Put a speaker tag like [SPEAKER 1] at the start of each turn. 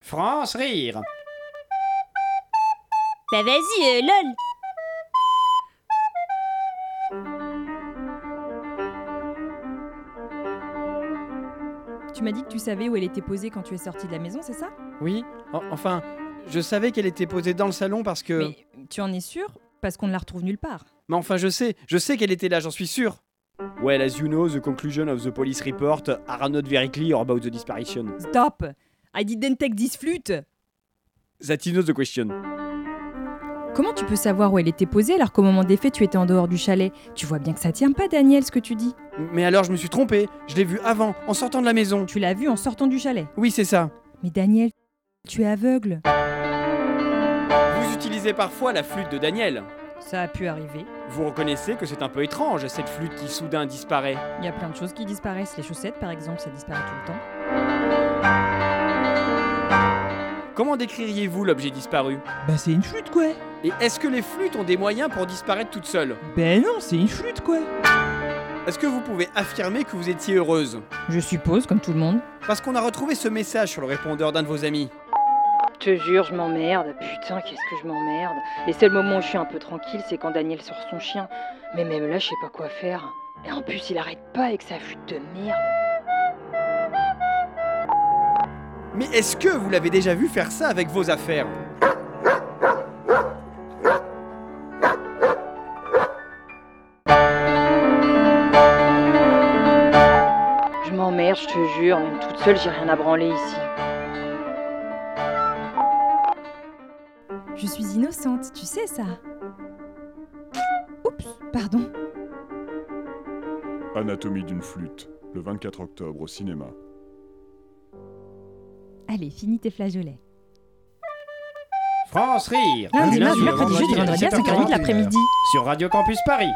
[SPEAKER 1] France rire.
[SPEAKER 2] Bah vas-y, euh, lol.
[SPEAKER 3] Tu m'as dit que tu savais où elle était posée quand tu es sortie de la maison, c'est ça
[SPEAKER 4] Oui, en- enfin, je savais qu'elle était posée dans le salon parce
[SPEAKER 5] Euh.
[SPEAKER 4] que.
[SPEAKER 3] Mais tu en es sûr Parce qu'on ne la retrouve nulle part.
[SPEAKER 4] Mais enfin, je sais, je sais qu'elle était là, j'en suis sûr. Well, as you know, the conclusion of the police report are not very clear about the disparition.
[SPEAKER 3] Stop I didn't take this flute
[SPEAKER 4] That is not the question.
[SPEAKER 3] Comment tu peux savoir où elle était posée alors qu'au moment des faits tu étais en dehors du chalet Tu vois bien que ça tient pas, Daniel, ce que tu dis.
[SPEAKER 4] Mais alors, je me suis trompé. Je l'ai vue avant, en sortant de la maison.
[SPEAKER 3] Tu l'as vue en sortant du chalet.
[SPEAKER 4] Oui, c'est ça.
[SPEAKER 3] Mais Daniel, tu es aveugle.
[SPEAKER 4] Vous utilisez parfois la flûte de Daniel.
[SPEAKER 3] Ça a pu arriver.
[SPEAKER 4] Vous reconnaissez que c'est un peu étrange, cette flûte qui soudain disparaît.
[SPEAKER 3] Il y a plein de choses qui disparaissent. Les chaussettes, par exemple, ça disparaît tout le temps.
[SPEAKER 4] Comment décririez-vous l'objet disparu
[SPEAKER 5] Bah c'est une flûte quoi
[SPEAKER 4] Et est-ce que les flûtes ont des moyens pour disparaître toutes seules
[SPEAKER 5] Ben non, c'est une flûte quoi
[SPEAKER 4] Est-ce que vous pouvez affirmer que vous étiez heureuse
[SPEAKER 3] Je suppose, comme tout le monde.
[SPEAKER 4] Parce qu'on a retrouvé ce message sur le répondeur d'un de vos amis.
[SPEAKER 6] Te jure, je m'emmerde. Putain, qu'est-ce que je m'emmerde. Les seuls moments où je suis un peu tranquille, c'est quand Daniel sort son chien. Mais même là, je sais pas quoi faire. Et en plus, il arrête pas avec sa flûte de merde.
[SPEAKER 4] Mais est-ce que vous l'avez déjà vu faire ça avec vos affaires
[SPEAKER 6] Je m'emmerde, je te jure. Même toute seule, j'ai rien à branler ici.
[SPEAKER 3] Je suis innocente, tu sais ça. Oups, pardon.
[SPEAKER 7] Anatomie d'une flûte, le 24 octobre au cinéma.
[SPEAKER 3] Allez, finis tes flageolets.
[SPEAKER 1] France rire.
[SPEAKER 3] Lundi,
[SPEAKER 1] Du
[SPEAKER 3] mardi,
[SPEAKER 1] au
[SPEAKER 3] mercredi, jeudi,
[SPEAKER 1] vendredi à
[SPEAKER 3] vendredi à
[SPEAKER 1] 17h41,
[SPEAKER 3] 5h30 de l'après-midi.
[SPEAKER 1] Sur Radio Campus Paris.